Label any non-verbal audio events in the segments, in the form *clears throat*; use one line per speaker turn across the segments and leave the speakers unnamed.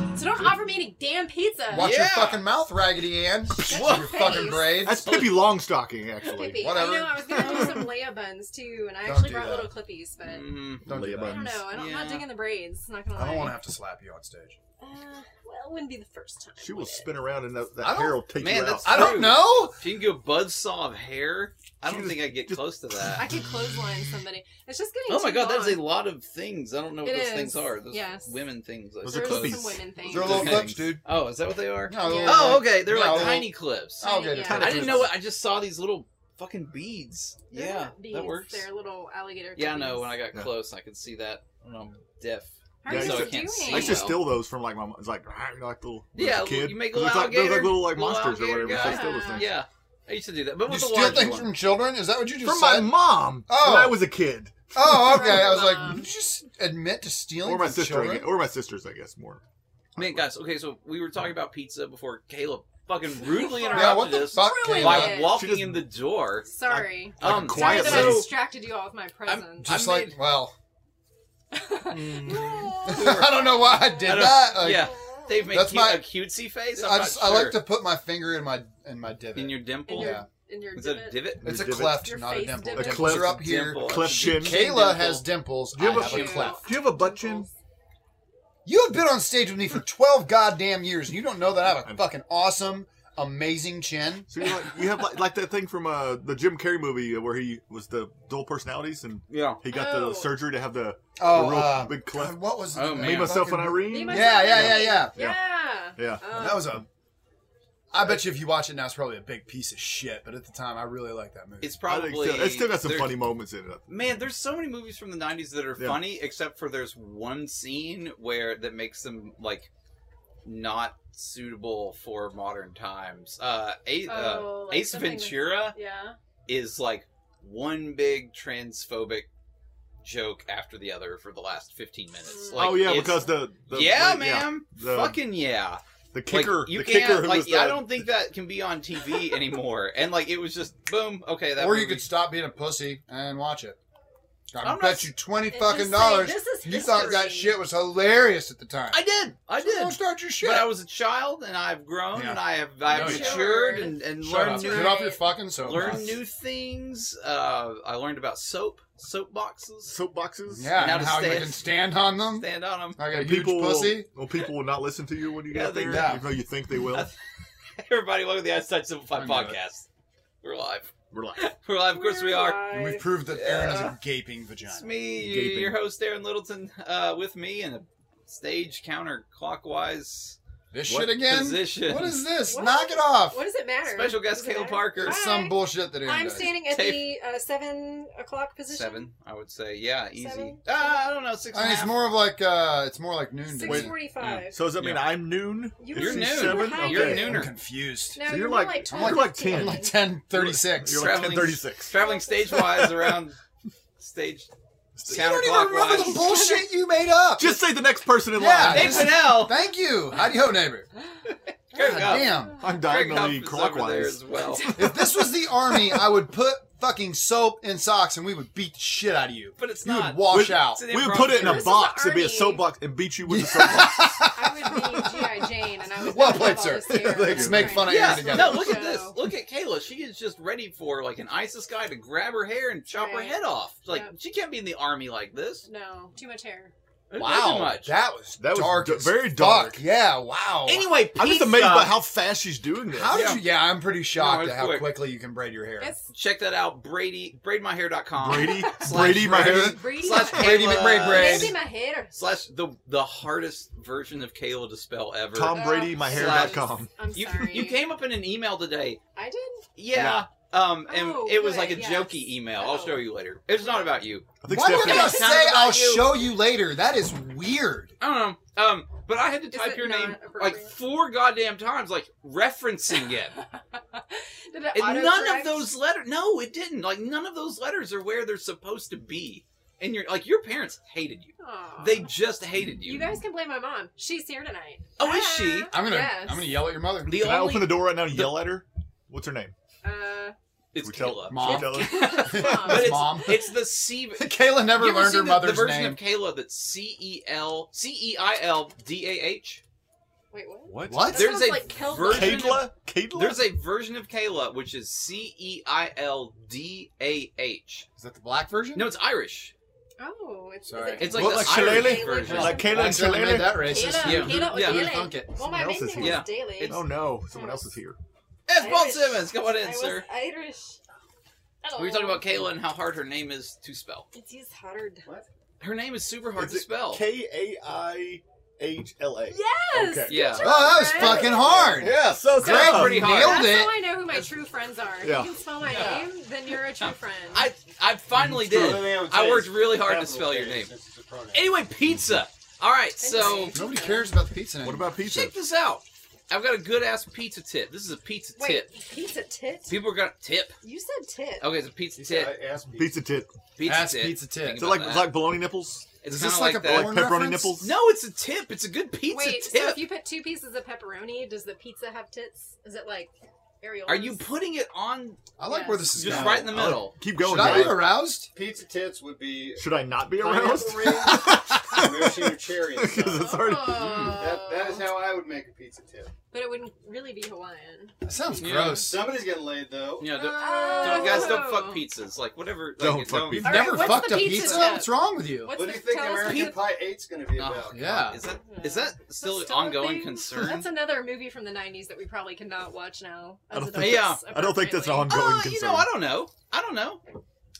from eating damn pizza.
Watch your
Yeah.
fucking mouth, Raggedy Ann.
your
your fucking
face.
braids.
That's Pippi Longstocking, actually.
Clippy.
Whatever.
I know I was gonna do
*laughs*
some Leia buns too, and I
Don't
actually
do
brought
that.
little clippies, but
Mm,
Don't do
Leia
that.
I don't
Buttons.
know. I don't, I'm
Yeah.
not digging the braids. Not gonna lie.
I don't want to have to slap you on stage.
Uh, well, it wouldn't be the first time.
She
would
will
it?
spin around and that,
I
that
don't-
hair will take
Man,
you out.
that's-
I don't
Dude.
know.
If you can go buzzsaw of hair, I don't
Just-
think I get
just-
*laughs*
close to
I
that.
could clothesline somebody. It's just getting.
Oh my
too
god, that's a
long.
lot of things. I don't know what
It
those
is.
things are. Those
Yes.
women things. I
Those are
There's
suppose.
clippies.
some women things.
They're
Those
little
are
clips,
things.
dude.
Oh, is that what they are?
No, they're
Yeah.
little
Oh,
like-
okay. They're
yeah,
like
little-
tiny clips.
Oh, good.
Yeah.
tiny
I didn't know
clips.
what. I just saw these little fucking beads.
They're
yeah,
not beads,
that works.
They're little alligator.
Yeah, I
clippies.
know. When I got
Yeah.
close, I could see that. I don't know. I'm deaf.
How are
Yeah,
you
so I
doing?
can't see
I used to
well.
steal those from like my mom. It's like, *laughs* "Rah," you know, like little, little
Yeah,
kid.
you make
Those
little
like, those like
alligator-
little like
little
monsters or
alligator
whatever. So I
guy.
steal those things
Yeah, I used to do that. But
You
with the
steal
large
things
one.
from children? Is that what you just
from my
said?
mom.
Oh.
when I was a kid,
Oh, okay. I was
From
like,
mom.
did you just admit to stealing
or my
from
sister, I
children?
guess- or my sisters, I guess more.
Man, guys, okay, so we were talking about pizza before Caleb
*laughs*
fucking rudely interrupted
Yeah, what the
us
fuck?
Ruined
Caleb?
by
Yeah.
walking
She just-
in the door.
Sorry.
Like
um,
a
Sorry
quiet
that I
little-
distracted you all with my
*laughs*
presence. *laughs*
Just
I
like,
made-
well, *laughs* I
Mm.
were-
don't know why *laughs* I did
I don't-
that. Like,
yeah, they've made
That's
cute,
my-
a cutesy face. I'm
I
not
just I
sure.
like to put my finger in my in my divot.
in your dimple.
in
Yeah.
your, in your
Is that a
divot.
divot?
it's a
Divot.
cleft,
Your
not a
face
dimple.
divot.
Dimples
Cleft
are up here.
dimple.
Cleft
Should be
shin.
Kayla
dimple.
has dimples.
Do you have
I
a-
have a
Ew.
cleft.
Do you have a butt chin?
Dimples.
You have been on stage with me for 12 goddamn years, and you don't know that I have a
I'm-
fucking awesome, amazing chin.
*laughs* So you like you have like, like that thing from uh, the Jim Carrey movie where he was the dual personalities and
Yeah.
he got
Oh.
the surgery to have the,
Oh,
the real
uh,
big
God,
cleft.
what was
Oh,
the-
man.
Me, myself, and
fucking-
Me,
Irene.
myself,
Yeah,
and
yeah, yeah,
me.
yeah.
Yeah.
Yeah.
Um,
That was a. I bet you if you watch it now, it's probably a big piece of shit. But at the time, I really liked that movie.
It's
I
probably.
think so. It's still got some
there-
funny moments in it.
Man, there's so many movies from the '90s that are
Yeah.
funny, except for there's one scene where that makes them like not suitable for modern times. Uh, A- uh,
oh, like
Ace
something with-
Ventura.
Yeah.
is like one big transphobic joke after the other for the last 15
Mm.
minutes. Like,
oh yeah,
it's-
because the, the
yeah,
like,
ma'am.
The-
Fucking yeah.
the kicker,
like, you
the
can't,
kicker who
like,
was the,
I don't think that can be on TV anymore. and like, it was just boom. Okay, that.
or you
movie-
could stop being a pussy and watch it. I
I'm
bet
not-
you 20
It's
fucking
just
dollars.
Like, this is
You thought that
history.
shit was hilarious at the time.
I did. I
So Don't
did.
start your shit.
But I was a child, and I've grown,
Yeah.
and I have I have
No, you-
matured, and, and
Shut
learned
up.
new
Get off your fucking soapbox.
learned new things. Uh, I learned about soap, soap boxes,
soapboxes.
Yeah,
Now
and
to
how you
stand-
can stand on them.
stand on them.
Like a
And
huge
people,
pussy.
*laughs* well, people will not listen to you when you
Yeah,
get
they
there,
don't.
even though you think
*laughs*
they will.
Everybody, welcome to the Outside Simplified
I'm good.
podcast. We're live.
Relax.
We're live. Of course, we are.
And we've proved that Aaron has a gaping
It's
vagina.
me,
Gaping.
your host Aaron Littleton, uh, with me in a stage counterclockwise
This
What
shit again?
position.
What is this?
What?
Knock it off.
What does it matter?
Special guest
Does it
Caleb
matter?
Parker.
It's
Hi.
some bullshit that Aaron
I'm
does.
standing at
Tape.
the uh, seven o'clock position.
seven? I would say, yeah, easy.
Seven?
Ah, I don't know, six.
I
and
mean,
a
it's
half.
more of like uh, it's more like noon. to
Six
me.
forty-five.
So does that mean
Yeah.
I'm noon?
You
It's
You're
were-
noon.
Seven?
Hi.
You're
Okay.
noon.
I'm
nooner.
confused.
No,
So you're
you're
like-
like
I'm
12,
like
*laughs*
10.
I'm like 10, 36.
You're
You
like
Traveling-
1036.
Traveling stage wise around stage
don't even remember the
counterclockwise.
bullshit you made up.
Just say the next person in
Yeah,
line.
Dave Fennell.
thank you. Howdy ho, neighbor.
Greg
God
Huff.
damn.
Greg Huff
I'm diagonally
is over there
clockwise.
*laughs*
as well.
If this was the army, I would put fucking soap in socks and we would beat the shit out of you.
But it's
You
not.
would wash
We-
out.
It's an
We would
improv
put it in
show.
a
This is
box. It'd be a
army.
soapbox and beat you with
*laughs*
the soapbox.
I would be G.I. Jane, and I would
Well
not have
played,
all
sir.
this hair.
Thank
That's
you.
Let's make
fine.
fun of
Yeah,
Aaron together.
no, look at
So-
this. Look at Kayla. She is just ready for like an ISIS guy to grab her hair and chop her
Right.
head off. Like
Yep.
she can't be in the army like this.
No, too much hair.
There's too
Wow,
much.
that was
That was
dark,
d-
as
very
fuck.
dark.
Yeah, wow.
Anyway, pizza.
I'm just amazed by how fast she's doing this.
how did
Yeah.
you? Yeah, I'm pretty shocked
No,
at
it's
how
quick.
quickly you can braid your hair.
It's
Check that out, Brady. BraidMyHair.com.
Brady,
Slash
Brady, my hair.
Brady.
*laughs* Slash
Mc-
Brady
Kayla.
McBraid Braid.
Brady Uh, my hair.
Slash the the hardest version of Kayla to spell ever.
Tom Brady, my
Slash-
hair.com.
Uh, I'm
you
sorry.
you came up in an email today.
I did.
Yeah. Um, and
Oh,
it was
good,
like a
yes.
jokey email. I'll
Oh.
show you later. It's not about you.
I think
Why would
Stephanie.
I
Stephanie-
say
Sounds about
I'll
you.
show you later? That is weird.
I don't know. Um, but I had to
Is
type
it
your
not
name *laughs* like
appropriate?
four goddamn times, like referencing
*laughs*
it.
Did it
And none
autocorrect?
of those letters. No, it didn't. Like none of those letters are where they're supposed to be. And you're like your parents hated you.
Aw.
They just hated you.
You guys can blame my mom. She's here tonight.
Oh, is she?
Ah,
I'm gonna,
Yes.
I'm gonna yell at your mother.
the
Can I
*laughs*
only
open the door right now and yell at her? What's her name?
Uh,
it's
We tell-
Kayla.
Mom.
Tell her.
Mom.
but it's
Mom.
*laughs* it's the C.
*laughs* Kayla never
You ever
learned
seen
her
the,
mother's
the version
name.
of Kayla that's C E L C E I L D A H.
Wait, what?
What?
What?
That
There's
sounds
a
like Kelda.
version-
Kadla? Kadla?
There's a version of Kayla which is C E I L D A H.
Is that the black version?
No, it's Irish.
Oh, it's,
Sorry.
is it
It's like
What,
the
like
Irish
shillelagh?
version.
like Kayla
I
and
accidentally made
Shillelagh?
that racist.
Kayla,
Yeah.
Kayla
Yeah.
O'Daly.
Who thunk it?
Well,
Someone
my
else
main
is
thing
here.
was
Yeah.
Daly.
It's-
Oh no, someone else is here.
It's Paul
Irish.
Simmons. Come on
I
in, sir.
was Irish. Hello.
We were talking about Kayla and how hard her name is to spell.
It's used hard.
Her name is super hard
Is
to
it
spell.
K A I H L A.
Yes.
Okay.
Yeah.
good job,
Oh, that was
Greg.
fucking hard.
Yeah, so
Greg
That's
tough.
pretty hard.
nailed
That's
it.
how I know who my true friends are.
Yeah.
If you can spell my
Yeah.
name, then you're a true friend.
I I finally did. *laughs* I worked really hard to spell your name. Anyway, pizza. All right, so
Nobody cares about the pizza name.
What about pizza?
check this out. I've got a good ass pizza tip. This is a pizza
Wait,
tip.
pizza tit?
People are gonna tip.
You said tit.
Okay, it's a pizza tip.
Pizza tit.
Pizza
That's
tip.
pizza tip.
Think
Is it
about
like
that.
it's like bologna nipples?
It's
Is
kind
this
of
like,
like,
a
that.
porn
Like pepperoni
reference?
nipples?
No, it's a tip. It's a good pizza
Wait,
tip.
so if you put two pieces of pepperoni, does the pizza have tits? Is it like areolas?
Are you putting it on
I like where this is
just
going.
right in the
I like-
middle?
Uh, Keep
Should
going.
I be
*laughs*
Dave.
aroused?
Pizza tits would be
Should I not be
pineapple
aroused? *laughs*
rings, maraschino cherry. and stuff.
'Cause *laughs* it's already-
Oh.
That, that is how I would make a pizza tip.
But it wouldn't really be Hawaiian.
That sounds
Yeah.
gross.
Somebody's getting laid though.
You know, don't,
Oh.
don't- guys don't fuck pizzas. Like whatever. like,
Don't fuck
You've
All right,
never
what's
fucked
the
a
pizza
pizza?
tip?
What's wrong with you?
What's
what
the,
do you think
tell us the-
American Pie Eight's going to be
Oh,
about?
Yeah.
Is that is that
Hmm.
still, an ongoing concern?
That's another movie from the '90s that we probably cannot watch now.
I don't
as
think-
adults,
I don't think that's an
appropriately.
ongoing
Uh,
concern.
you know, I don't know. I don't know.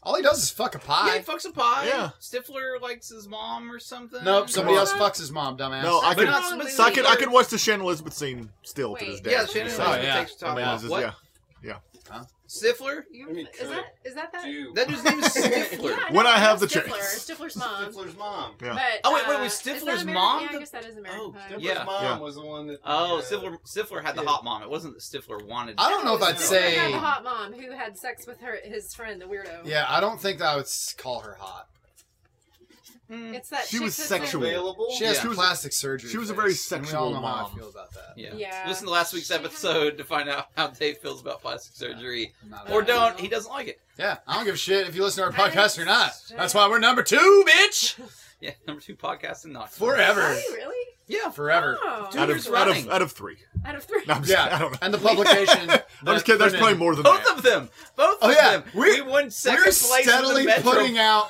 All he does is fuck a
Yeah, he
pie.
fucks a pie.
Yeah.
Stifler likes his mom or something.
Nope, somebody
on.
else fucks his mom, dumbass.
No, I
That's
could.
not a movie
So I could. I
either.
could watch the Shannon Elizabeth scene still to this
Wait.
day.
Yeah, Shannon
So,
Oh,
Elizabeth
yeah.
takes
I
talk
mean,
about
it's just-
what
yeah.
Stifler.
You-
I mean,
is that is that that?
Dude.
That dude's
*laughs*
name is Stifler.
Yeah,
When
no,
I have
that's
the
Stifler,
chance. *laughs*
Stifler's mom.
Stifler's mom.
Yeah.
But,
Oh, wait, wait,
uh,
was
is that
Stifler's
American?
mom
Yeah, I
the-
guess that is American.
Oh,
Pie.
Stifler's
Yeah.
mom
Yeah.
was the one that.
Oh,
uh,
Stifler. Stifler had the
Yeah.
hot mom. It wasn't that Stifler wanted.
I don't know if I'd
Stifler
say.
had the hot mom who had sex with her his friend, the weirdo.
Yeah, I don't think that I would s- call her hot.
Mm,
It's that.
She
chick
was
that's in-
sexual.
Available.
She has
Yeah.
She was-
plastic surgery.
she was a
face,
very
and we all know
sexual
how I
mom.
feel about that.
yeah.
Yeah.
Listen to last week's
She had-
episode to find out how Dave feels about plastic surgery,
I'm not about
or
it.
don't. He doesn't like it.
Yeah, I don't give a shit if you listen to our
I
podcast or not.
just-
That's why we're number two, bitch.
*laughs* Yeah, number two podcast in Knoxville.
Are
Forever,
you really?
Yeah,
forever.
Oh.
Dude,
Out
Years
of, out
running.
of out of three.
Out of three.
No, I'm just,
Yeah.
I don't know.
And the publication.
*laughs* I'm just kidding. There's probably more than
both
that.
of them. Both
Oh,
of
yeah.
them.
We're-
we won 2nd
We're
place in the
steadily
Metro.
putting out.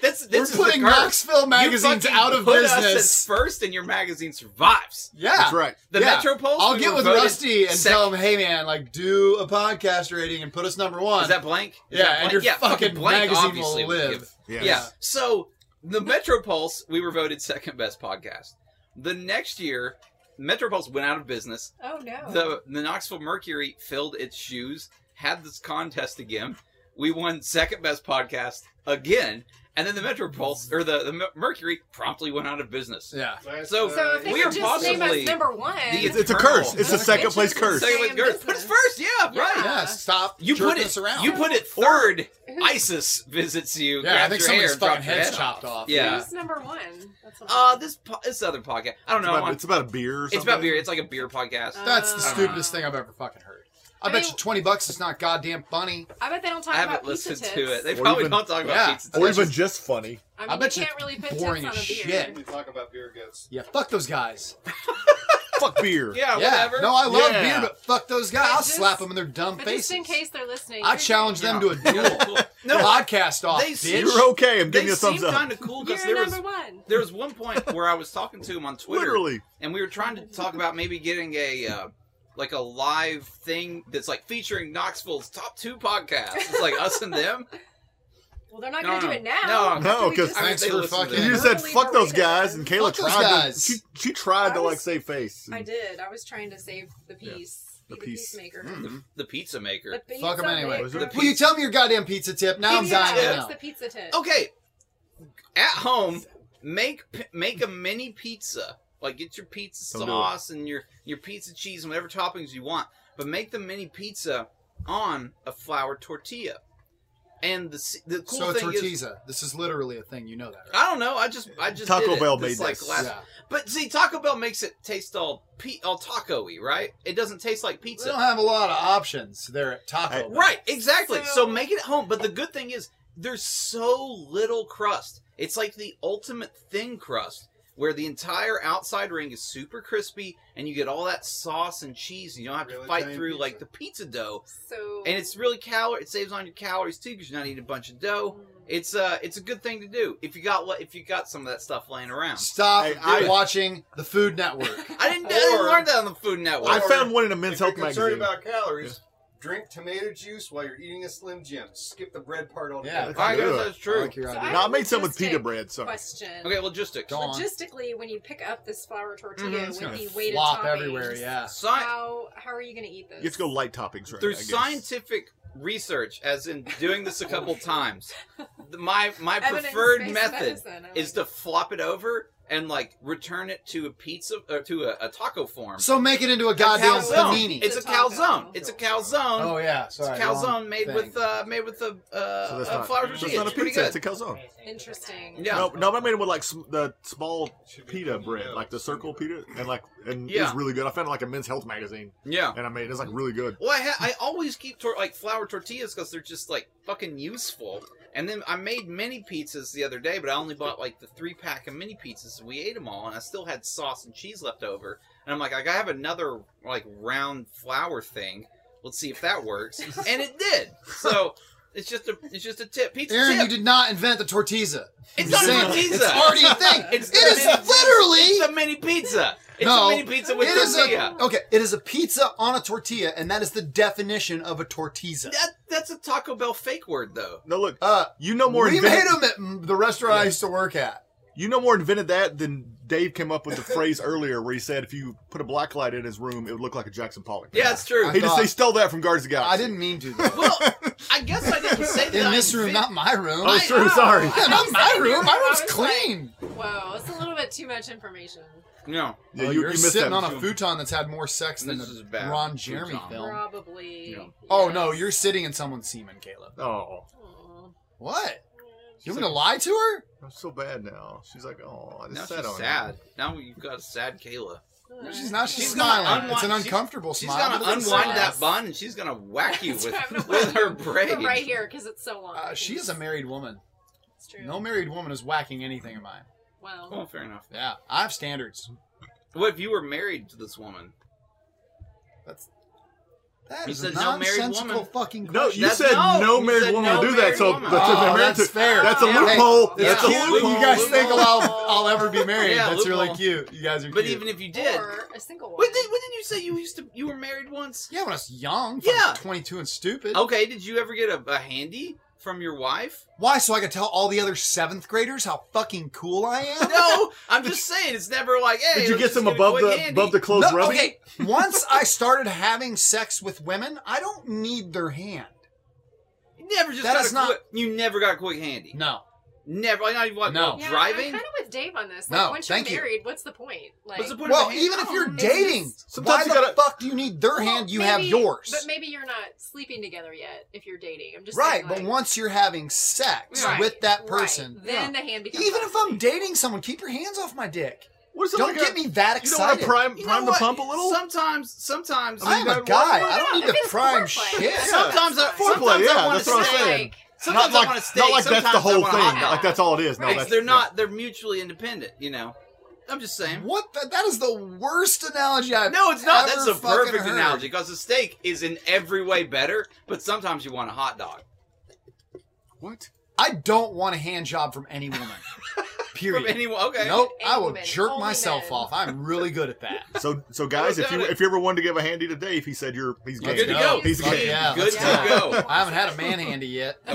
That's,
We're
this is
putting
the curse.
Knoxville magazine's
you fucking
out of
put Us as
business.
first, and your magazine survives.
Yeah,
That's right.
The
Yeah.
Metropole.
I'll
we
get
were
with
voted
Rusty and
second.
tell him, hey man, like do a podcast rating and put us number one.
Is that blank? Is
yeah,
that
and
blank?
your
yeah,
fucking
blank,
magazine
obviously,
will
would
live.
give-
Yeah.
Yeah. So the Metropulse, we were voted second best podcast. The next year, Metropulse went out of business.
Oh no.
The the Knoxville Mercury filled its shoes, had this contest again. We won second best podcast again, and then the Metropulse or the, the Mer- Mercury promptly went out of business.
yeah,
Last uh,
So-
night.
so if they
we
could
are
just name
possibly
us number one.
It's,
the-
it's a curse. It's a
Eternal.
second place curse.
Stay
Second place,
in
girl.
business.
Put us first, yeah,
Yeah.
right.
yeah. Stop.
You put
jerking
it.
us around.
You put it
Or-
third.
Who's-
ISIS visits you.
Yeah, I
grabs
think
your hair
somebody's
and drops
fucking
your
head's
head
chopped off.
Yeah.
Who's number one? That's what
Uh,
I'm-
this po- this other podcast. I don't
It's
know. I'm
about,
on-
it's about a beer. Or
It's
something.
about beer. It's like a beer podcast.
That's the
Uh,
stupidest thing I've ever fucking heard. I,
I
bet
mean-
you twenty bucks it's not goddamn funny.
I bet they don't talk
I
about
haven't
pizza
listened
tips.
to it. They
Or
probably
even-
don't talk about
yeah.
pizza
or
tips.
even just funny.
I mean,
I bet
you
you
can't really put tips on a
boring
beer.
as shit.
We talk about beer guts.
Yeah, fuck those guys.
Fuck beer.
Yeah,
yeah,
whatever.
no, I love
Yeah.
beer, but fuck those guys.
But
I'll
just-
slap them in their dumb
But
faces.
just in case they're listening,
I
you're-
challenge them to a
*laughs* Yeah.
duel.
no, I,
Podcast off,
They
bitch.
seem-
You're okay. *laughs* I'm
they
giving you a
seem
thumbs up.
kind of cool because
You're
there was
number one.
there was one
*laughs*
point where I was talking to him on Twitter,
Literally.
and we were trying to talk about maybe getting a uh, like a live thing that's like featuring Knoxville's top two podcasts. It's like us and them.
Well, they're not
No,
going to
no,
do it now.
no.
After
No,
we
'cause
just-
I mean,
Thanks
they
for
listen to
fucking-
that.
You
Verbally
said fuck those
berated
guys,
us.
and Kayla
Fuck those
tried to.
guys.
She she tried
I
to like
was-
save face.
I did. I was trying to save the peace.
The
Be the
peace.
peacemaker.
*laughs* Mm.
the pizza maker.
The pizza
Fuck 'em anyway.
maker.
Was it-
Will you tell me your goddamn pizza tip? Now I'm
Pizza
dying
tip.
to
It's
know.
the pizza tip.
Okay, at home, make p- make a mini pizza. Like get your pizza
Don't do it.
sauce and your your pizza cheese and whatever toppings you want, but make the mini pizza on a flour tortilla. And the s- the cool
So a
thing is,
tortiza. This is literally a thing. You know that, right?
I don't know. I just I just
Taco
did it
Bell
this,
made
like,
this.
last-
yeah.
But see, Taco Bell makes it taste all pe- all taco-y, right? It doesn't taste like
They don't
pizza.
have a lot of options there at Taco.
Hey,
Bell.
Right, exactly. So,
So-
make it at home. But the good thing is there's so little crust. It's like the ultimate thin crust. where the entire outside ring is super crispy and you get all that sauce and cheese. And you don't have
Really
to fight
tiny
through like
pizza.
the pizza dough,
So
and it's really calor. It saves on your calories too because you're not eating a bunch of dough. It's uh, it's a good thing to do if you got what if you got some of that stuff laying around.
Stop
Hey, I-
watching the Food Network.
I didn't, I didn't
Or-
learn that on the Food Network.
I
Or-
found one in a
If
men's
you're
health
concerned
magazine.
about calories, drink tomato juice while you're eating a Slim Jim. Skip the bread part altogether.
Yeah.
I guess
Ugh.
that's *laughs* true.
I like your
So
idea.
no, I made some with
Logistic
pita bread. Sorry.
*laughs* question.
Okay, logistics.
Go on. Mm-hmm.
Logistically, when you pick up this flour tortilla
Mhm,
it's gonna
with the weighted
flop
toppings,
everywhere, yeah.
Science
How how are you going to eat this?
You have to go light toppings, right?
through
I guess.
scientific research, as in doing this a
*laughs*
couple times, th- my my
Evidence-based
preferred method
medicine, I like
is to flop it over and like return it to a pizza or to a, a taco form.
So make it into a
A
goddamn
calzone.
panini.
It's a
It's a taco.
calzone. It's a calzone.
oh yeah,
It's a
sorry. wrong
calzone made
thing.
with uh, made with a, uh,
So that's
a
not,
flour
so
tortilla.
it's not a
pretty
pizza. It's a
good.
calzone.
Interesting. *laughs*
Yeah.
No, no, but I made it with like sm- the small
Should be
pita
cooking
bread,
dough.
like the circle pita, and like and it
Yeah.
was really good. I found it like a men's health magazine,
yeah.
and I made it. It's like really good.
Well, I ha- I always keep tor- like flour tortillas because they're just like fucking useful. And then I made mini pizzas the other day, but I only bought like the three pack of mini pizzas, and we ate them all, and I still had sauce and cheese left over. And I'm like, I gotta have another like round flour thing. Let's see if that works, and it did. So it's just a it's just a tip. Pizza
Aaron,
tip.
you did not invent the tortilla. You're
it's not a
saying
tortilla.
It's already a thing.
*laughs* It's
It is
mini- It's
literally.
a mini pizza. It's
No,
a mini pizza with
It is
tortilla.
a okay. It is a pizza on a tortilla, and that is the definition of a tortilla.
That, that's a Taco Bell fake word though.
No, look,
Uh,
you know more.
we
invented,
made them at mm, the restaurant I used to work at.
You know more invented that than Dave came up with the phrase *laughs* earlier, where he said if you put a black light in his room, it would look like a Jackson Pollock.
Yeah, it's true.
I
he just
thought-
they stole that from Guards of the Galaxy.
I didn't mean to.
*laughs*
Though.
Well, I guess I didn't say that.
In
I
this room,
invent-
not my room.
Oh,
I
it's true.
know. *laughs*
Sorry.
I
*laughs* yeah, not
was
my
sitting here
room.
and
My
I
room's
was
clean.
like, Whoa, it's a little bit too much information.
No.
Yeah,
Oh,
you,
you're
you missed
sitting
that.
on a futon that's had more sex than
This is
the
bad
Ron Jeremy
futon.
film.
Probably.
No.
Oh no,
yes.
you're sitting in someone's semen, Caleb.
oh,
Aw.
What? You want me to lie to her?
I'm so bad now. She's like, oh, I just
Now
sat
she's
on
sad. Now you've got a sad Kayla.
No, she's not. She's,
She's gonna
smiling.
unwi-
it's an
she's-
uncomfortable
She's
smile.
gonna
but it's
unwind
sad.
that bun and she's gonna whack you
That's
with,
what I'm gonna
with
whack
her
you.
braid.
But right here, because it's so long.
Uh, she is a married woman.
It's true.
No married woman is whacking anything of mine.
Wow.
Well, fair enough.
Yeah, I have standards.
What if you were married to this woman?
That's that
You
is
said
a
no married
nonsensical
woman.
fucking.
No, you
That's-
said
no,
no,
you
married
said
woman
no
will do that.
married
So
woman.
that's, an
Oh,
American-
that's fair.
that's a
Yeah.
loophole.
Hey,
Yeah.
That's a
cute that
loophole.
you guys think
Loophole.
I'll, I'll ever be married.
Yeah,
That's really
loophole.
cute. You guys are
But
cute.
even if you did,
Or a single one.
what did, what did you say you used to? You were married once.
yeah, when I was young,
Yeah.
yeah, twenty two and stupid.
Okay. Did you ever get a, a handy from your
*laughs*
wife?
Why? So I could tell all the other seventh graders how fucking cool I am.
No. I'm just saying. It's never like. Hey.
Did you
let's
get
just
some
a
above
quick
the
handy.
above the clothes
No,
rubbing?
okay. Once I started having sex with women, I don't need their hand.
You never just
That
got
is
a
not-
quick, You never got a quick handy.
No.
Never. Like not even like,
No.
while
Yeah, I'm
driving.
kind of with Dave on this. Like,
No,
once you're
thank you.
married, what's the point? Like,
What's the point of
Well,
a hand-
even if you're
Oh,
it's just-
dating,
Sometimes
why
you
the
gotta-
fuck do you need their
Well,
hand? You
maybe-
have yours.
But maybe you're not sleeping together yet if you're dating. I'm just
right,
saying,
but
like-
once you're having sex
Right,
with that
right.
person,
then the hand becomes.
even if I'm
obsolete.
dating someone, keep your hands off my dick.
What's it
Don't
like
get
a-
me that
You don't want
excited.
to prime
You know
prime the
what?
pump a little?
Sometimes, sometimes
I'm
mean,
a
why-
guy.
why
I don't
not?
need to
If it's
prime
foreplay.
shit.
Yeah.
Sometimes, I,
Foreplay,
sometimes
yeah,
I want
that's
to
what I'm
stay.
saying.
Like,
Sometimes
not like,
I want to stay.
not like
sometimes
that's the
I
whole
want
thing.
A hot dog.
Like that's all it is. No,
Right.
that's,
They're not. They're mutually independent. You know. I'm just saying.
What? The, that is the worst analogy I've
No, it's not.
Ever
That's a
fucking
perfect
heard.
analogy because a steak is in every way better, but sometimes you want a hot dog
What?
I don't want a hand job from any
*laughs*
woman. Period.
from anyone. Okay.
nope.
Any
I will
woman,
jerk
only
myself
men.
off. I'm really good at that.
So so guys, if
doubt
you
it.
if you ever wanted to give a handy to Dave, he said you're he's
Let's
game.
Good to
go.
go.
He's
Fuck
game.
yeah,
Good
let's
to
go.
go.
I haven't had a man handy yet.
A
A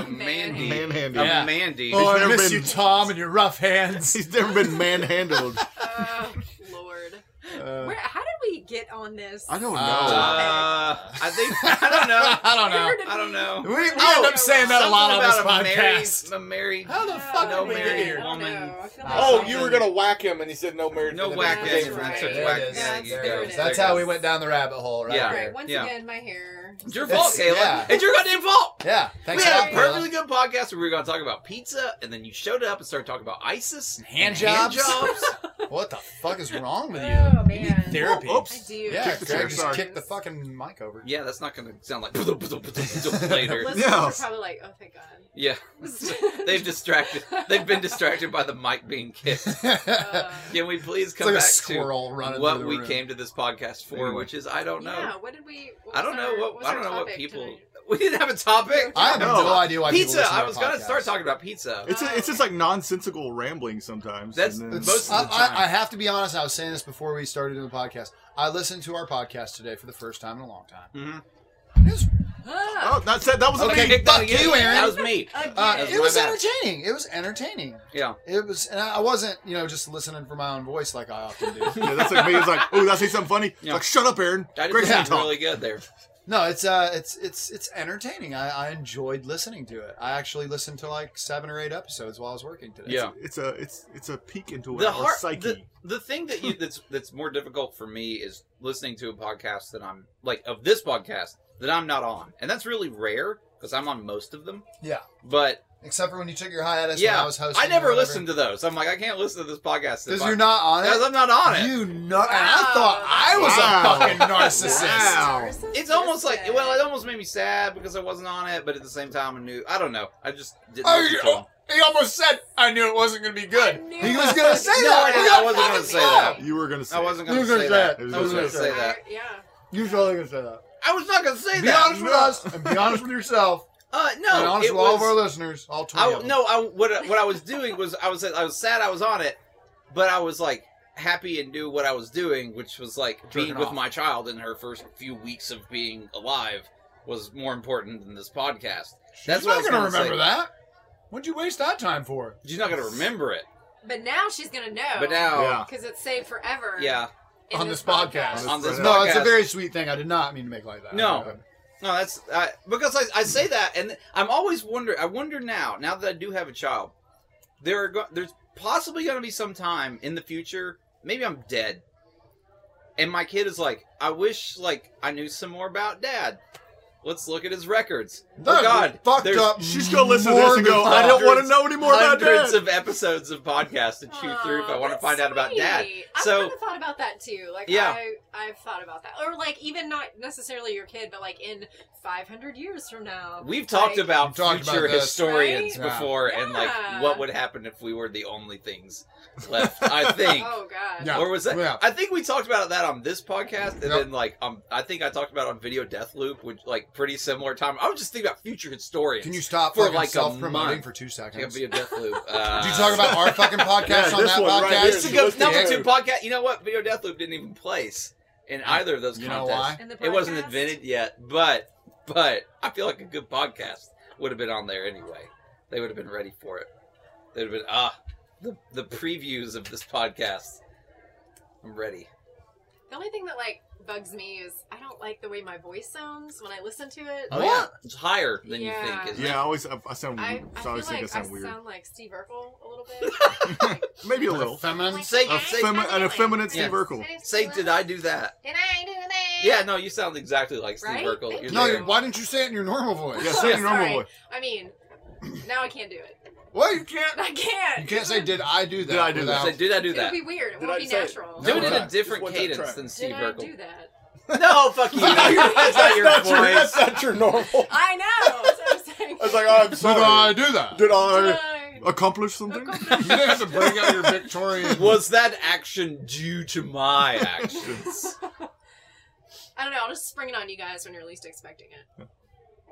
man-handed.
Mandy.
Man
*laughs*
A
handled.
Yeah.
Mandy.
Oh, I
never
miss
been-
you, Tom, and your rough hands.
*laughs* He's never been manhandled.
*laughs* Oh,
*laughs*
Lord.
Uh,
Where, how did we get on this?
I don't know.
Uh, I think *laughs* I don't know.
I don't know.
Where did
I don't know.
We, we
Oh,
end up saying that a lot on this
Something about
podcast.
A married, a married
How the fuck
no
did we get
married
here?
woman.
I feel like
Oh,
something-
you were
whack him, and he said no marriage.
No
to the
whack
man.
That's
ass.
right.
Took
There
whack
it is.
ass.
That's-
There
there
it
it
is.
That's
There
how
it
we
is.
went down the rabbit hole, right?
Yeah.
Right, once
Yeah.
again, my hair.
It's your
It's-
fault, Kayla.
yeah.
It's your goddamn fault.
Yeah. Thanks
we
a
had
lot,
a
Kayla.
perfectly good podcast where we were going to talk about pizza, and then you showed up and started talking about ISIS,
Hand
and
jobs.
hand jobs.
What the fuck is wrong with you?
Oh,
You
man.
need therapy.
Oops.
I do.
Yeah,
Kick the chair,
Greg just
sorry.
kicked the fucking mic over. *laughs*
Yeah, that's not going to sound like *laughs* later.
Listeners
Yeah.
are probably like, oh, thank God.
Yeah, *laughs* they've distracted.
*laughs*
They've been distracted by the mic being kicked. *laughs*
Uh,
Can we please
it's
come
like a
back
squirrel running
to
through
what
the
we
room.
came to this podcast for,
Anyway.
which is I don't know.
Yeah, what did we? what
I
was
don't know
our-
what
was
I
our
don't know what
topic
people. *laughs*
tonight? *gasps*
We didn't have a topic.
I have no,
No.
idea why people
pizza.
listen to
I
our
was going to
podcast.
start talking about pizza.
It's a, it's just like nonsensical rambling sometimes.
That's-
and then-
It's-
most
I,
of the
I-
time.
I have to be honest. I was saying this before we started doing the podcast. I listened to our podcast today for the first time in a long time.
Mhm.
It was,
Ah,
Oh, that's that. That was
Okay,
the
Kick that
fuck
again.
you, Aaron.
That was me.
again.
uh,
That's
it
my
was
bad.
entertaining. It was entertaining.
Yeah.
It was, and I I wasn't, you know, just listening for my own voice like I often
*laughs*
do.
yeah, that's like me. It's like, oh, did I say something funny? It's
Yeah.
Like, shut up, Aaron.
I
Great
just sound
talk.
really
*laughs*
good there.
no, it's uh, it's it's it's entertaining. I, I enjoyed listening to it. I actually listened to like seven or eight episodes while I was working today.
Yeah.
It's a it's it's a peek into
The
our
heart-
psyche.
The thing that you that's that's more difficult for me is listening to a podcast that I'm like of this podcast that I'm not on, and that's really rare because I'm on most of them.
Yeah.
but
Except for when you took your hiatus when
Yeah.
I was hosting.
I never listen to those. I'm like I can't listen to this podcast
because
if I-
you're not on it.
because I'm not on it.
You know, and I thought I was
Wow.
a
*laughs*
fucking narcissist.
Wow.
It's almost like well, it almost made me sad because I wasn't on it, but at the same time, I knew I don't know. I just didn't.
Oh,
listen
you-
to them.
He almost said, "I knew it wasn't going to be good."
I knew
He
it.
was going to say
No,
that.
I
We got
I wasn't gonna
fucking
say that.
caught.
You were gonna say.
I wasn't
You
gonna
were gonna
say
say
that.
that.
I was
You were
gonna
gonna
say that.
Yeah.
You totally going to say that.
I was not gonna say
Be honest
that.
with us and be honest with *laughs* yourself.
Uh,
and
no,
honest
it
with all of our
was.
listeners, all twenty.
I,
of them.
no, I what I- what I was doing was I was I was sad I was on it, but I was like happy and knew what I was doing, which was like being
Jerking
with
off.
my child in her first few weeks of being alive was more important than this podcast. That's
She's not
what I was
going to
gonna
remember
say.
that. What'd you waste that time for?
She's not gonna remember it,
But now she's gonna know.
but now,
Yeah.
because it's saved forever.
yeah.
in
On this podcast.
On this
No, it's a
podcast.
very sweet thing. I did not mean to make light of that.
No.
Okay.
No, that's I, because I, I say that, and I'm always wonder. I wonder now, now that I do have a child, there are go, there's possibly going to be some time in the future. Maybe I'm dead, and my kid is like, I wish like I knew some more about dad. Let's look at his records.
That
oh God,
fucked
there's
up.
She's gonna listen to this and go.
Morgan
I don't want to
hundreds-
know any more about
hundreds
that.
of episodes of podcasts to chew through if I want to find out about dad.
I've
So-
kind of thought about that too. Like,
Yeah.
I, I've thought about that, or like even not necessarily your kid, but like in 500 years from now,
We've talked
Like-
about
We've talked about
future
this.
historians
Right? Yeah.
before, and like
Yeah.
what would happen if we were the only things left.
*laughs*
I think.
Oh God.
Yeah.
Or was that?
Yeah.
I think we talked about that on this podcast, and
Yep.
then like um, I think I talked about on Video Death Loop, which like pretty similar time. I was just thinking about future historians.
Can you stop
For
fucking
like a
self-promoting
month.
for two
Take a
seconds?
Video
*laughs*
Death Loop? Uh,
Did you talk about
*laughs*
our fucking podcast
Yeah,
on
this
that
one right
podcast?
here.
It's a good
Dude.
number two podcast. You know what? Video Death Loop didn't even place in either of those
You know
contests.
why?
In the
It wasn't
podcast?
invented yet, but but I feel like a good podcast would have been on there anyway. They would have been ready for it. They'd have been ah the the previews of this podcast. I'm ready.
The only thing that like bugs me is I don't like the way my voice sounds when I listen to it.
Oh,
yeah, it's higher than
Yeah.
you think. Isn't
Yeah, I
it?
always I, I sound
I, I
weird. so I
feel
always think I
like I
sound
sound
weird.
like Steve Urkel a little
*laughs*
bit.
Maybe a
Like
little.
feminine.
Say,
A
say,
femi- an effeminate
Yeah.
Steve Urkel.
say, did I do that?
Did I do that?
Yeah, no, you sound exactly like Steve
Right?
Urkel.
Thank you.
You're
No,
there.
you- why didn't you say it in your normal voice?
*laughs*
Yeah, say it in your normal
Sorry.
voice.
I mean, *clears throat* now I can't do it. *laughs*
Well, you can't.
I can't.
You can't say, "Did I do that?"
Did I do that?
Say, did I do
It would
that?
be weird. It
Did
won't
I
be
say it?
natural.
Do it in
One
a
time.
different
Just one time.
cadence than Steve
Did I do
Urkel.
that?
*laughs* No, fuck you.
That's
That's not your
not your-
voice.
that's not your normal.
I know. That's what I'm saying.
I was like, oh, I'm
Did *laughs* I "Oh,
sorry.
do that?
Did I
Did I-
accomplish
Oh,
something?
you didn't have to bring out your
*laughs*
Victorian.
*laughs* Was that action due to my
*laughs*
actions?
I don't know. I'll just spring it on you guys when you're least expecting it.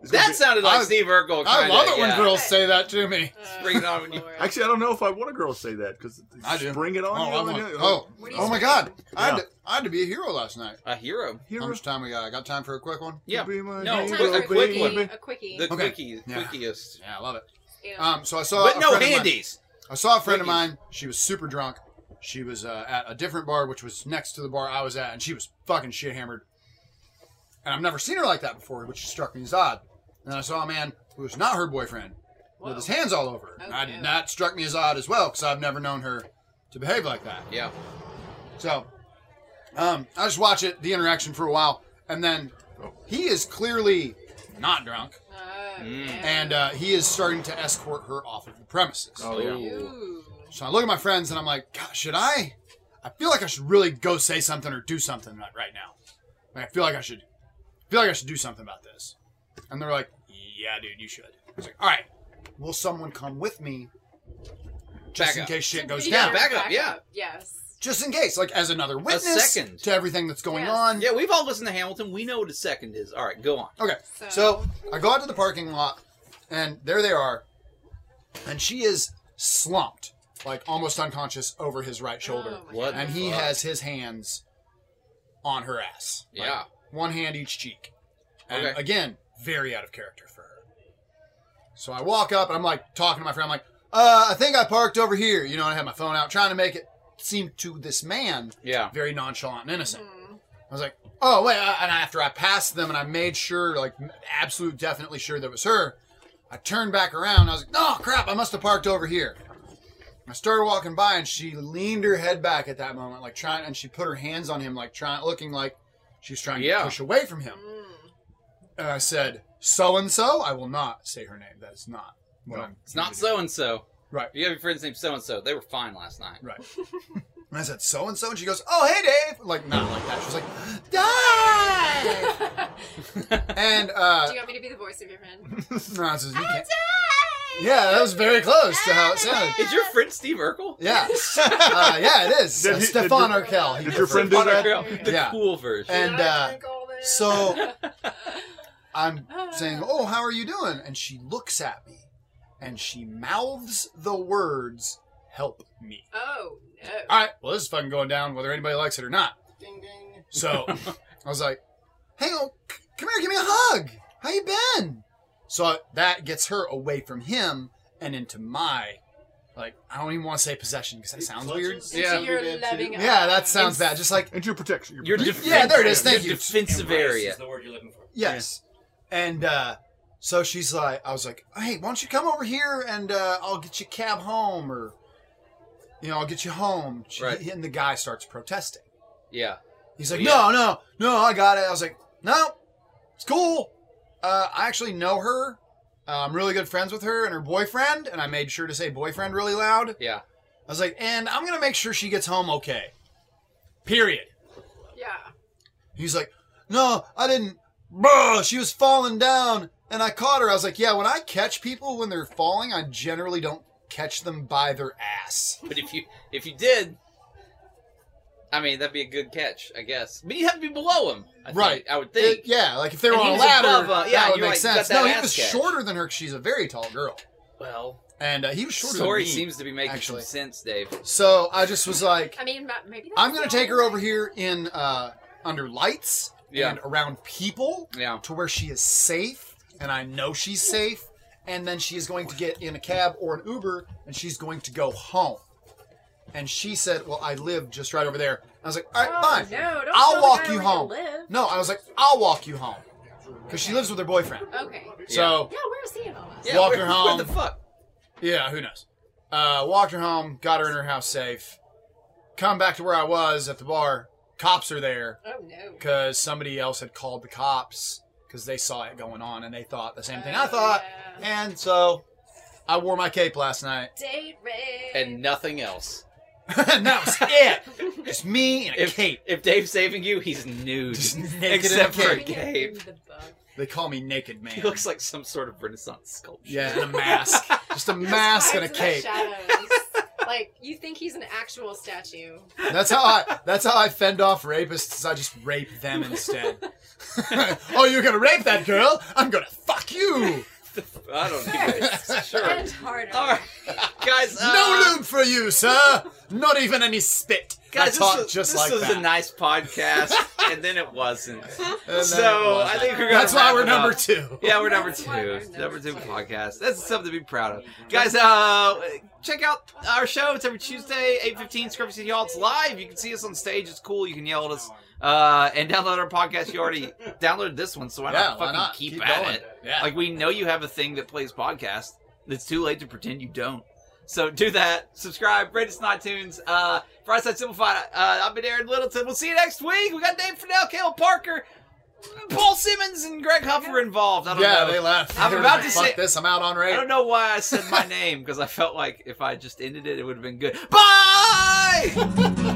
It's gonna
that sounded like
I-
Steve Urkel. Kinda,
I love it when
yeah.
girls say that to me.
Uh,
Spring it on when you-
Lord.
be- Actually, I don't know if I want a girl to say that because
I do.
bring it on.
Oh, I'm
you,
like, oh,
What do you
oh my
say?
God! I, had
Yeah.
to, I had to be a hero last night.
A hero.
How
here's
much time we got? I got time for a quick one.
Yeah.
be my
No,
Sometimes
quick-
hero,
a
a quick
quickie.
baby.
A quickie.
The
Okay.
quickie,
Yeah.
quickiest.
Yeah, I love it.
Yeah.
Um, so I saw
But
a
no
friend of mine-
handies.
I saw a friend of
Quickies.
mine. She was super drunk. She was uh, at a different bar, which was next to the bar I was at, and she was fucking shit hammered. And I've never seen her like that before, which struck me as odd. And then I saw a man who was not her boyfriend
Whoa.
with his hands all over her. And I
Oh,
did
no.
that struck me as odd as well because I've never known her to behave like that.
Yeah.
So, um, I just watch it, the interaction for a while, and then he is clearly not drunk,
Oh,
Mm.
yeah.
and uh, he is starting to escort her off of the premises.
Oh, yeah.
Ooh.
Ooh.
So I look at my friends and I'm like, God, should I? I feel like I should really go say something or do something right right now. Like, I feel like I should I feel like I should do something about this. And they're like, yeah, dude, you should. I was like, all right, will someone come with me just
Back
in
up.
case shit goes
Yeah,
down?
Back up, yeah.
Yes.
Just in case, like as another witness
second.
to everything that's going
Yes.
on.
Yeah, we've all listened to Hamilton. We know what a second is. All right, go on.
Okay.
So, oh
So I go out to the parking lot, and there they are, and she is slumped, like almost unconscious, over his right shoulder,
Oh my
What?
God.
and he
Fuck.
has his hands on her ass. Like,
Yeah.
one hand each cheek, and
Okay.
again, very out of character for her. So I walk up and I'm like talking to my friend. I'm like, uh, I think I parked over here. You know, and I had my phone out, trying to make it seem to this man
Yeah.
very nonchalant and innocent. *laughs*
Mhm.
I was like, oh wait, I, and after I passed them and I made sure, like, absolute, definitely sure that was her, I turned back around. And I was like, oh crap, I must have parked over here. I started walking by, and she leaned her head back at that moment, like trying, and she put her hands on him, like trying, looking like she was trying
Yeah.
to push away from him.
Mm.
And I said, so and so. I will not say her name. That is not what
No.
I'm.
It's not so and so.
Right.
You have your friends named so and so. They were fine last night.
Right. and I said, so and so, and she goes, oh hey Dave, like not like that. She was like, Dave. and uh,
Do you want me to be the voice of your friend? Ah,
No, it's just, you can't. Yeah, that was very close to how it sounded.
Is your friend Steve Urkel?
Yeah, *laughs* uh, yeah, it is.
Did
Uh,
he- did
Stefan
your-
Arkell. He
did
did
your
it.
friend do
Connor
that?
Grill, the
Yeah.
cool version.
And,
Did I
uh,
drink all this?
So
*laughs*
I'm saying, "Oh, how are you doing?" And she looks at me, and she mouths the words, "Help me."
oh no.
All right, well, this is fucking going down, whether anybody likes it or not.
ding ding.
So
*laughs*
I was like, "Hey, oh, c- come here, give me a hug. How you been?" So uh, that gets her away from him and into my, like, I don't even want to say possession because that sounds weird.
Clutches?
Yeah.
Into your
Bad, too.
loving
Yeah, that sounds bad. Just like
*laughs* And your protection.
Your
protection.
defense,
Yeah, there it is. Thank
your
you.
defensive
Embrace
area.
is the word you're looking for.
yes, and uh, so she's like, I was like, hey, why don't you come over here and uh, I'll get you a cab home or, you know, I'll get you home. She,
Right.
And the guy starts protesting.
Yeah.
He's like,
Yeah.
no, no, no, I got it. I was like, no, it's cool. Uh, I actually know her. Uh, I'm really good friends with her and her boyfriend, and I made sure to say boyfriend really loud.
Yeah.
I was like, and I'm gonna make sure she gets home okay. Period.
Yeah.
He's like, no, I didn't. Bruh, she was falling down and I caught her. I was like, yeah, when I catch people when they're falling, I generally don't catch them by their ass.
But if you if you did, I mean that'd be a good catch, I guess. But you have to be below him, I think-
Right.
I would
It-
think.
yeah, like if they were
And
on a
he's
ladder,
above, uh, yeah,
that would
you're
make
like,
sense.
got that
No, he
ass
was
catch.
shorter than her 'cause she's a very tall girl.
well,
And uh, he was shorter
story
than me.
seems to be making
actually.
some sense, Dave.
so I just was like,
I mean, ma- maybe.
I'm
that's
going to
the
take her
only
over
way.
here in uh, under lights
Yeah.
and around people
Yeah.
to where she is safe and I know she's safe and then she is going to get in a cab or an Uber and she's going to go home. And she said, "Well, I live just right over there." I was like, "All right,
Oh,
fine.
No, don't
I'll
tell the
walk
guy
you
where
home."
live.
No, I was like, "I'll walk you home." Cuz she lives with her boyfriend.
Okay.
So,
Yeah, where's he in all this?
Yeah,
Walk
where,
her home.
Where the fuck?
yeah, who knows. Uh, walked her home, got her in her house safe. Come back to where I was at the bar. Cops are there.
Oh no.
because somebody else had called the cops because they saw it going on and they thought the same thing I thought.
Oh, Yeah.
And so I wore my cape last night. *laughs*
Date rape.
And nothing else.
and that
*laughs*
was it. Just me and a
If,
cape.
if Dave's saving you, he's nude.
Just naked
Except
in a
for
cape.
Gabe.
The bug.
They call me Naked Man.
*laughs* He looks like some sort of Renaissance sculpture.
yeah, and a
*laughs*
mask. Just a *laughs* mask and
Hides
a
in the
cape.
shadows.
*laughs*
like you think he's an actual statue.
That's how I. That's how I fend off rapists. Is I just rape them instead. *laughs*
*laughs*
oh, you're gonna rape that girl? I'm gonna fuck you.
I don't know. sure.
And harder.
All right, guys. Uh,
*laughs* No lube for you, sir. Not even any spit.
Guys,
I
this,
talk
was,
just
this
like
was
that.
a nice podcast, and then it wasn't.
*laughs* And that
so
was-
I think we're gonna.
That's why
wrap
we're
it
number
up.
two.
Yeah, we're number
That's
two.
why we're
number,
number
two,
two.
podcast. That's something to be proud of, guys. Uh, check out our show. It's every Tuesday, eight fifteen, Scripps City Hall. It's live. You can see us on stage. It's cool. You can yell at us. Uh, and download our podcast. You already downloaded this one, so why
Yeah,
not
why
fucking
not?
keep,
Keep
at
going.
it?
Yeah.
*laughs* Like we know you have a thing that plays podcast. It's too late to pretend you don't. So do that. Subscribe. Rate us on iTunes. Uh, Bright Side Simplified. Uh, I've been Aaron Littleton. We'll see you next week. We got Dave Fidel, Cale Parker, Paul Simmons, and Greg Huff are involved. I don't
yeah,
know.
they left.
I'm
They were
about
like,
to
Fuck
say-
this. I'm out on
I
rape.
don't know why
*laughs*
I said my name because I felt like if I just ended it, it would have been good. Bye.